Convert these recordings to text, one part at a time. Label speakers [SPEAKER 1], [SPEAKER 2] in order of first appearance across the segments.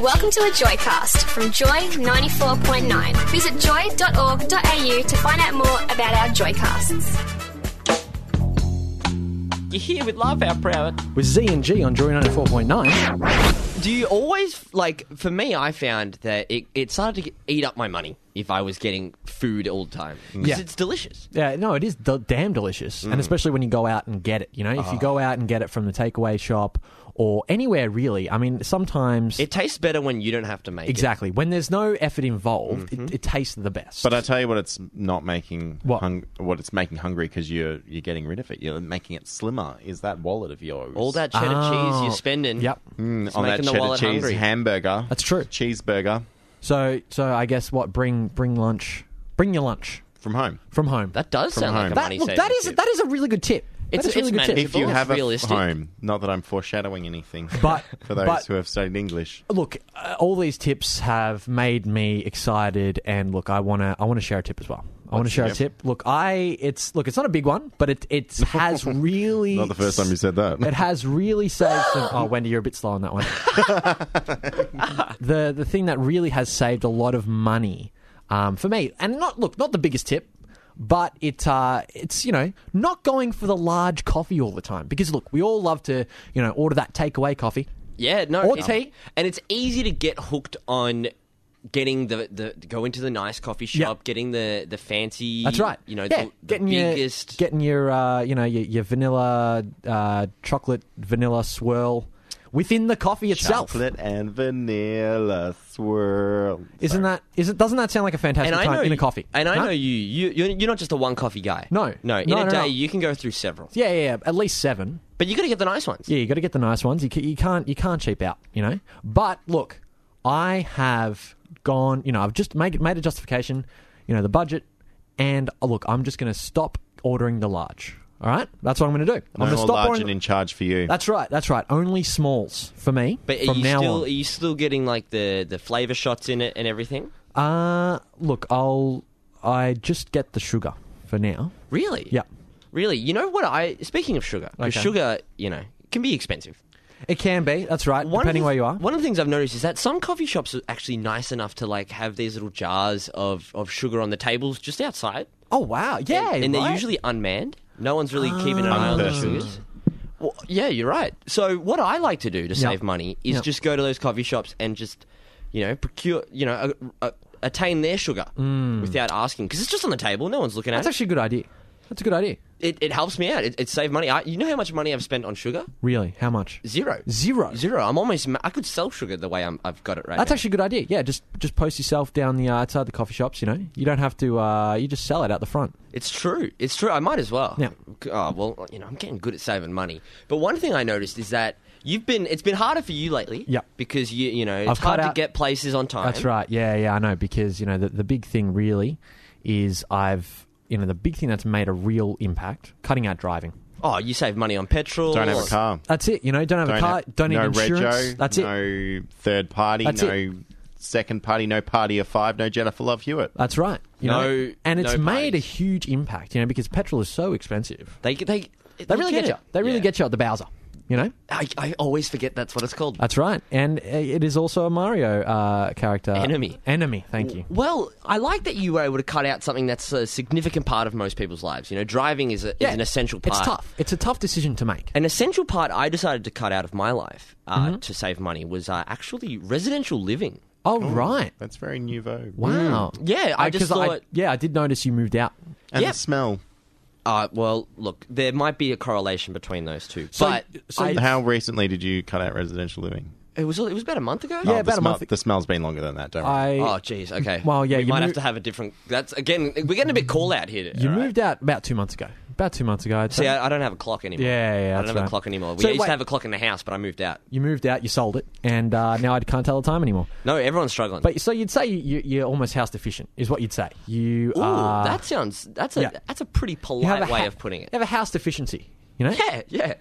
[SPEAKER 1] Welcome to a Joycast from Joy 94.9. Visit joy.org.au to find out more about our Joycasts.
[SPEAKER 2] You're here with Love Our Proud.
[SPEAKER 3] with Z and G on Joy 94.9.
[SPEAKER 2] Do you always, like, for me, I found that it, it started to get- eat up my money if I was getting food all the time. Because
[SPEAKER 3] Mm. Yeah.
[SPEAKER 2] it's delicious.
[SPEAKER 3] Yeah, no, it is d- damn delicious, and especially when you go out and get it. You know, if you go out and get it from the takeaway shop or anywhere really, I mean, sometimes
[SPEAKER 2] It tastes better when you don't have to make
[SPEAKER 3] exactly when there's no effort involved, it, it tastes the best.
[SPEAKER 4] But I tell you what, it's not making
[SPEAKER 3] What?
[SPEAKER 4] hung- what it's making hungry because you're you're getting rid of it. You're making it slimmer. Is that wallet of yours?
[SPEAKER 2] it. All that cheddar cheese you're spending.
[SPEAKER 3] Ah. Yep.
[SPEAKER 4] Mm,
[SPEAKER 2] It's
[SPEAKER 4] on that
[SPEAKER 2] making the
[SPEAKER 4] cheddar
[SPEAKER 2] wallet
[SPEAKER 4] cheese
[SPEAKER 2] hungry.
[SPEAKER 4] hamburger.
[SPEAKER 3] That's true.
[SPEAKER 4] Cheeseburger
[SPEAKER 3] so, so I guess what bring bring lunch, bring your lunch
[SPEAKER 4] from home.
[SPEAKER 3] from home.
[SPEAKER 2] That does
[SPEAKER 4] From
[SPEAKER 2] sound like
[SPEAKER 4] home.
[SPEAKER 2] a
[SPEAKER 3] That-
[SPEAKER 2] money
[SPEAKER 3] look,
[SPEAKER 2] saving
[SPEAKER 3] that is
[SPEAKER 2] tip.
[SPEAKER 3] that is a really good tip.
[SPEAKER 2] It's-
[SPEAKER 3] that is a
[SPEAKER 2] it's
[SPEAKER 3] really good tip.
[SPEAKER 2] manageable.
[SPEAKER 4] If you
[SPEAKER 2] It's
[SPEAKER 4] have a
[SPEAKER 2] realistic.
[SPEAKER 4] home, not that I'm foreshadowing anything,
[SPEAKER 3] But-
[SPEAKER 4] for those
[SPEAKER 3] but-
[SPEAKER 4] who have studied English,
[SPEAKER 3] Look, uh, all these tips have made me excited, and look, I wanna, I wanna share a tip as well. I want to share a
[SPEAKER 4] yep.
[SPEAKER 3] tip. Look, I it's look, it's not a big one, but it it has really
[SPEAKER 4] Not the first time you said that.
[SPEAKER 3] It has really saved. some... Oh, Wendy, you're a bit slow on that one. the the thing that really has saved a lot of money um, for me, and not look, not the biggest tip, but it uh, it's you know not going for the large coffee all the time because look, we all love to you know order that takeaway coffee.
[SPEAKER 2] Yeah, no.
[SPEAKER 3] Or
[SPEAKER 2] it-
[SPEAKER 3] tea.
[SPEAKER 2] And it's easy to get hooked on getting the, the go into the nice coffee shop, getting the, the fancy.
[SPEAKER 3] That's right.
[SPEAKER 2] You know,
[SPEAKER 3] yeah.
[SPEAKER 2] the, the
[SPEAKER 3] getting
[SPEAKER 2] biggest.
[SPEAKER 3] your getting your uh, you know your, your vanilla uh, chocolate vanilla swirl within the coffee itself.
[SPEAKER 4] chocolate and vanilla swirl.
[SPEAKER 3] Isn't that isn't doesn't that sound like a fantastic
[SPEAKER 2] and I
[SPEAKER 3] time
[SPEAKER 2] know
[SPEAKER 3] in
[SPEAKER 2] you,
[SPEAKER 3] a coffee?
[SPEAKER 2] And I
[SPEAKER 3] No?
[SPEAKER 2] know you. You you're, you're not just a one coffee guy.
[SPEAKER 3] No.
[SPEAKER 2] no. In
[SPEAKER 3] No,
[SPEAKER 2] a
[SPEAKER 3] no,
[SPEAKER 2] day,
[SPEAKER 3] no.
[SPEAKER 2] you can go through several.
[SPEAKER 3] Yeah, yeah, yeah, at least seven.
[SPEAKER 2] But you got to get the nice ones.
[SPEAKER 3] Yeah, you got to get the nice ones. You, ca- you can't you can't cheap out, you know. But look, I have gone. You know, I've just made made a justification. You know, the budget, and uh, look, I'm just going to stop ordering the large. All right, that's what I'm going to do. I'm
[SPEAKER 4] No
[SPEAKER 3] going to
[SPEAKER 4] more
[SPEAKER 3] stop
[SPEAKER 4] large
[SPEAKER 3] ordering.
[SPEAKER 4] and in charge for you.
[SPEAKER 3] That's right. That's right. Only smalls for me.
[SPEAKER 2] But are
[SPEAKER 3] from
[SPEAKER 2] you
[SPEAKER 3] now
[SPEAKER 2] still
[SPEAKER 3] on.
[SPEAKER 2] are you still getting like the the flavor shots in it and everything?
[SPEAKER 3] Uh look, I'll I just get the sugar for now.
[SPEAKER 2] Really?
[SPEAKER 3] Yeah.
[SPEAKER 2] Really. You know what? I speaking of sugar, 'cause
[SPEAKER 3] Okay.
[SPEAKER 2] sugar you know can be expensive.
[SPEAKER 3] It can be. That's right.
[SPEAKER 2] One of
[SPEAKER 3] depending
[SPEAKER 2] the-
[SPEAKER 3] where you are.
[SPEAKER 2] One of the things I've noticed is that some coffee shops are actually nice enough to like have these little jars of of sugar on the tables just outside.
[SPEAKER 3] Oh wow. Yeah.
[SPEAKER 2] and, and
[SPEAKER 3] right.
[SPEAKER 2] they're usually unmanned. No one's really keeping an eye on the
[SPEAKER 4] Unpersoned.
[SPEAKER 2] sugars. Well, yeah, you're right. So what I like to do to save money is
[SPEAKER 3] Yep.
[SPEAKER 2] just go to those coffee shops and just, you know, procure, you know, a, a, attain their sugar without asking because it's just on the table. No one's looking at
[SPEAKER 3] Hmm. That's actually a good idea. That's a good idea.
[SPEAKER 2] it. it. It helps me out. It, it saved money. I, you know how much money I've spent on sugar?
[SPEAKER 3] Really? How much?
[SPEAKER 2] Zero.
[SPEAKER 3] Zero.
[SPEAKER 2] Zero. I'm almost. ma- I could sell sugar the way I'm, I've got it right.
[SPEAKER 3] That's
[SPEAKER 2] now.
[SPEAKER 3] actually a good idea. Yeah, just just post yourself down the uh, outside the coffee shops. You know, you don't have to. Uh, you just sell it out the front.
[SPEAKER 2] It's true. It's true. I might as well.
[SPEAKER 3] Yeah.
[SPEAKER 2] Oh, well, you know, I'm getting good at saving money. But one thing I noticed is that you've been it's been harder for you lately.
[SPEAKER 3] Yeah.
[SPEAKER 2] Because you you know, it's
[SPEAKER 3] I've cut
[SPEAKER 2] hard
[SPEAKER 3] out-
[SPEAKER 2] to get places on time.
[SPEAKER 3] That's right. Yeah, yeah, I know because you know the the big thing really is I've you know the big thing that's made a real impact cutting out driving.
[SPEAKER 2] Oh, you save money on petrol.
[SPEAKER 4] Don't have a car.
[SPEAKER 3] That's it. You know, don't have a
[SPEAKER 4] Don't
[SPEAKER 3] car.
[SPEAKER 4] have-
[SPEAKER 3] don't need
[SPEAKER 4] no
[SPEAKER 3] insurance.
[SPEAKER 4] Rego,
[SPEAKER 3] that's it.
[SPEAKER 4] No third party.
[SPEAKER 3] That's
[SPEAKER 4] no
[SPEAKER 3] it.
[SPEAKER 4] second party. No party of five. No Jennifer Love Hewitt.
[SPEAKER 3] That's right. You
[SPEAKER 2] No-
[SPEAKER 3] know, and it's
[SPEAKER 2] no
[SPEAKER 3] made a
[SPEAKER 2] parties.
[SPEAKER 3] huge impact. You know, because petrol is so expensive.
[SPEAKER 2] They they they,
[SPEAKER 3] They really get
[SPEAKER 2] it.
[SPEAKER 3] you. They really
[SPEAKER 2] Yeah.
[SPEAKER 3] get you at the Bowser. You know,
[SPEAKER 2] I, I always forget that's what it's called.
[SPEAKER 3] that's right. And uh, it is also a Mario uh, character.
[SPEAKER 2] Enemy.
[SPEAKER 3] Enemy. Thank you.
[SPEAKER 2] well, I like that you were able to cut out something that's a significant part of most people's lives. You know, driving is, a, is an essential part.
[SPEAKER 3] It's tough. It's a tough decision to make.
[SPEAKER 2] An essential part I decided to cut out of my life uh,
[SPEAKER 3] Mm-hmm.
[SPEAKER 2] to save money was uh, actually residential living.
[SPEAKER 3] Oh right.
[SPEAKER 4] That's very nouveau.
[SPEAKER 3] Wow.
[SPEAKER 2] Mm.
[SPEAKER 3] Uh,
[SPEAKER 2] Yeah, I
[SPEAKER 3] 'cause
[SPEAKER 2] just thought-
[SPEAKER 3] yeah, I did notice you moved out.
[SPEAKER 4] And
[SPEAKER 2] Yep.
[SPEAKER 4] the smell.
[SPEAKER 2] Uh, well, look, there might be a correlation between those two,
[SPEAKER 3] So-
[SPEAKER 2] but
[SPEAKER 3] so-
[SPEAKER 2] I-
[SPEAKER 4] How recently did you cut out residential living? Oh,
[SPEAKER 2] it was it was about a month ago.
[SPEAKER 3] Yeah,
[SPEAKER 4] the
[SPEAKER 3] about a
[SPEAKER 4] smell-
[SPEAKER 3] month ag-
[SPEAKER 4] The smell's been longer than that, don't worry.
[SPEAKER 3] I
[SPEAKER 2] Oh, jeez. Okay.
[SPEAKER 3] Well, yeah,
[SPEAKER 2] we
[SPEAKER 3] you
[SPEAKER 2] might
[SPEAKER 3] mo-
[SPEAKER 2] have to have a different. That's again, we're getting a bit call out here.
[SPEAKER 3] you moved out about two months ago. about two months ago. I'd
[SPEAKER 2] See,
[SPEAKER 3] say.
[SPEAKER 2] I, I don't have a clock anymore.
[SPEAKER 3] Yeah, yeah,
[SPEAKER 2] I don't
[SPEAKER 3] that's
[SPEAKER 2] have
[SPEAKER 3] right.
[SPEAKER 2] a clock anymore. We
[SPEAKER 3] So
[SPEAKER 2] used
[SPEAKER 3] wait-
[SPEAKER 2] to have a clock in the house, but I moved out.
[SPEAKER 3] you moved out, you sold it, and uh, now I can't tell the time anymore.
[SPEAKER 2] No, everyone's struggling.
[SPEAKER 3] But so you'd say you, you're almost house deficient, is what you'd say. You
[SPEAKER 2] Ooh,
[SPEAKER 3] are-
[SPEAKER 2] that sounds that's a
[SPEAKER 3] uh, yeah.
[SPEAKER 2] that's a pretty
[SPEAKER 3] you have
[SPEAKER 2] polite
[SPEAKER 3] a
[SPEAKER 2] way
[SPEAKER 3] ha-
[SPEAKER 2] of putting it.
[SPEAKER 3] You have a house deficiency, you know.
[SPEAKER 2] Yeah, yeah.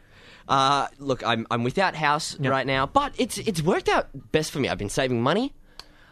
[SPEAKER 2] Uh, look, I'm I'm without house
[SPEAKER 3] Yeah.
[SPEAKER 2] right now, but it's it's worked out best for me. I've been saving money.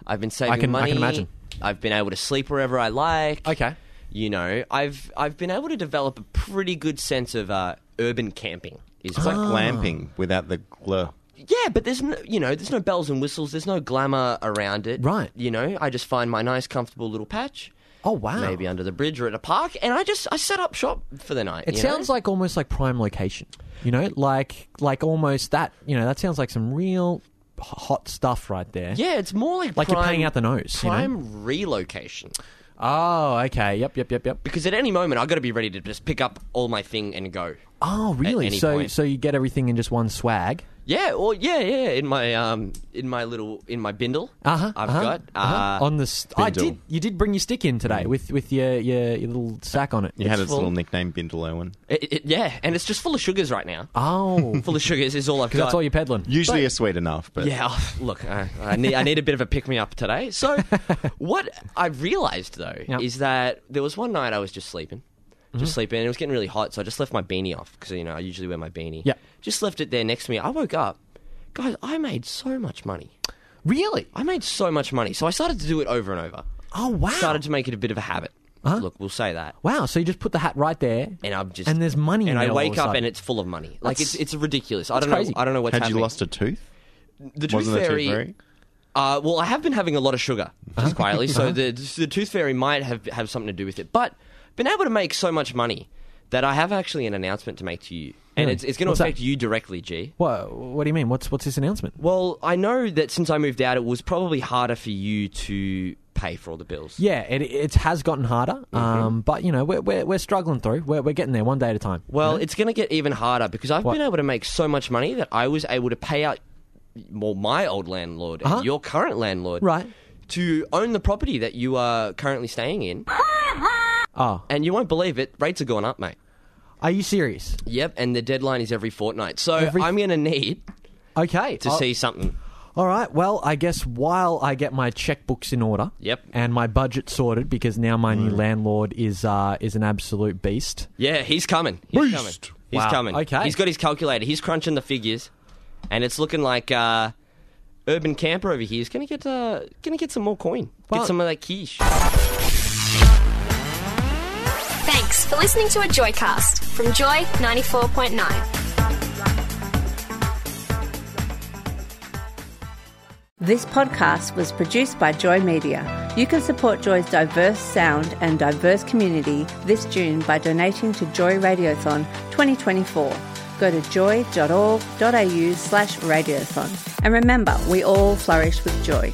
[SPEAKER 2] I've been saving
[SPEAKER 3] I can- I
[SPEAKER 2] money.
[SPEAKER 3] can imagine.
[SPEAKER 2] I've been able to sleep wherever I like.
[SPEAKER 3] Okay.
[SPEAKER 2] You know, I've I've been able to develop a pretty good sense of uh, urban camping. Is
[SPEAKER 4] It's like
[SPEAKER 3] Ah.
[SPEAKER 4] glamping without the glur.
[SPEAKER 2] yeah, but there's no, you know there's no bells and whistles. There's no glamour around it.
[SPEAKER 3] Right.
[SPEAKER 2] You know, I just find my nice, comfortable little patch.
[SPEAKER 3] Oh wow.
[SPEAKER 2] Maybe uh, under the bridge or at a park, and I just I set up shop for the night.
[SPEAKER 3] It sounds like almost like prime location. You know, like like almost that. You know, that sounds like some real h- hot stuff right there.
[SPEAKER 2] yeah, it's more like
[SPEAKER 3] Like you're
[SPEAKER 2] prime-
[SPEAKER 3] paying out the nose, you know?
[SPEAKER 2] Prime relocation.
[SPEAKER 3] Oh, okay. Yep, yep, yep, yep.
[SPEAKER 2] because at any moment I got to be ready to just pick up all my thing and go.
[SPEAKER 3] Oh, really?
[SPEAKER 2] any
[SPEAKER 3] So
[SPEAKER 2] point.
[SPEAKER 3] so you get everything in just one swag.
[SPEAKER 2] Yeah, or yeah, yeah, in my um, in my little in my bindle.
[SPEAKER 3] Uh-huh,
[SPEAKER 2] I've
[SPEAKER 3] uh-huh,
[SPEAKER 2] got
[SPEAKER 3] uh-huh.
[SPEAKER 2] uh, Mm.
[SPEAKER 3] on the. St- I
[SPEAKER 4] spindle.
[SPEAKER 3] did. You did bring your stick in today with with your your, your little sack on it.
[SPEAKER 4] You had its
[SPEAKER 2] full.
[SPEAKER 4] little nickname, Bindle Owen.
[SPEAKER 2] it, it- yeah, and it's just full of sugars right now.
[SPEAKER 3] Oh,
[SPEAKER 2] Full of sugars is all I've got.
[SPEAKER 3] that's all you're peddling.
[SPEAKER 4] Usually are sweet enough, but
[SPEAKER 2] Yeah, look, I, I need I need a bit of a pick me up today. So, what I realised though
[SPEAKER 3] Yep. Mm-hmm.
[SPEAKER 2] is that there was one night I was just sleeping, just sleeping, and it was getting really hot, so I just left my beanie off because you know I usually wear my beanie.
[SPEAKER 3] Yep.
[SPEAKER 2] just left it there next to me. I woke up, guys. I made so much money.
[SPEAKER 3] really?
[SPEAKER 2] I made so much money, so I started to do it over and over.
[SPEAKER 3] Oh wow! Uh-huh.
[SPEAKER 2] started to make it a bit of a habit. Look, we'll say that.
[SPEAKER 3] Wow! So you just put the hat right there,
[SPEAKER 2] And I'm just
[SPEAKER 3] and there's money. in
[SPEAKER 2] And
[SPEAKER 3] there
[SPEAKER 2] I
[SPEAKER 3] all
[SPEAKER 2] wake
[SPEAKER 3] of a
[SPEAKER 2] up
[SPEAKER 3] sudden.
[SPEAKER 2] and it's full of money. Like
[SPEAKER 3] That's-
[SPEAKER 2] it's it's ridiculous. I don't know.
[SPEAKER 3] crazy.
[SPEAKER 2] I don't know what's
[SPEAKER 4] had you
[SPEAKER 2] happening.
[SPEAKER 4] lost a tooth?
[SPEAKER 2] the tooth
[SPEAKER 4] Wasn't the
[SPEAKER 2] fairy?
[SPEAKER 4] tooth fairy?
[SPEAKER 2] Uh, well, I have been having a lot of sugar
[SPEAKER 3] Uh-huh.
[SPEAKER 2] just quietly, so the the tooth fairy might have have something to do with it. But been able to make so much money that I have actually an announcement to make to you, and
[SPEAKER 3] Really?
[SPEAKER 2] it's it's going to
[SPEAKER 3] What's that?
[SPEAKER 2] affect you directly, G.
[SPEAKER 3] Whoa! What do you mean? What's what's this announcement?
[SPEAKER 2] Well, I know that since I moved out, it was probably harder for you to pay for all the bills.
[SPEAKER 3] Yeah, it, it has gotten harder,
[SPEAKER 2] Mm-hmm.
[SPEAKER 3] um, but you know we're, we're, we're struggling through. We're, we're getting there one day at a time.
[SPEAKER 2] Well, it's going to get even harder because I've
[SPEAKER 3] What?
[SPEAKER 2] been able to make so much money that I was able to pay out well my old landlord
[SPEAKER 3] Uh-huh.
[SPEAKER 2] and your current landlord
[SPEAKER 3] Right.
[SPEAKER 2] to own the property that you are currently staying in.
[SPEAKER 3] Oh,
[SPEAKER 2] And you won't believe it, rates are going up, mate.
[SPEAKER 3] are you serious?
[SPEAKER 2] Yep, and the deadline is every fortnight. So
[SPEAKER 3] Every- Oh.
[SPEAKER 2] I'm going to need
[SPEAKER 3] Okay.
[SPEAKER 2] to
[SPEAKER 3] I'll-
[SPEAKER 2] see something.
[SPEAKER 3] All right. Well, I guess while I get my checkbooks in order,
[SPEAKER 2] Yep.
[SPEAKER 3] and my budget sorted because now my new landlord is uh, is an absolute beast.
[SPEAKER 2] Yeah, he's coming. He's coming. He's
[SPEAKER 3] Wow.
[SPEAKER 2] coming.
[SPEAKER 3] Okay.
[SPEAKER 2] He's got his calculator. He's crunching the figures, and it's looking like uh, Urban Camper over here is going to get uh, going to get some more coin.
[SPEAKER 3] Well-
[SPEAKER 2] get some of that quiche.
[SPEAKER 1] Thanks for listening to a Joycast from Joy 94.9.
[SPEAKER 5] This podcast was produced by Joy Media. You can support Joy's diverse sound and diverse community this June by donating to Joy Radiothon 2024. Go to joy.org.au slash radiothon. And remember, we all flourish with joy.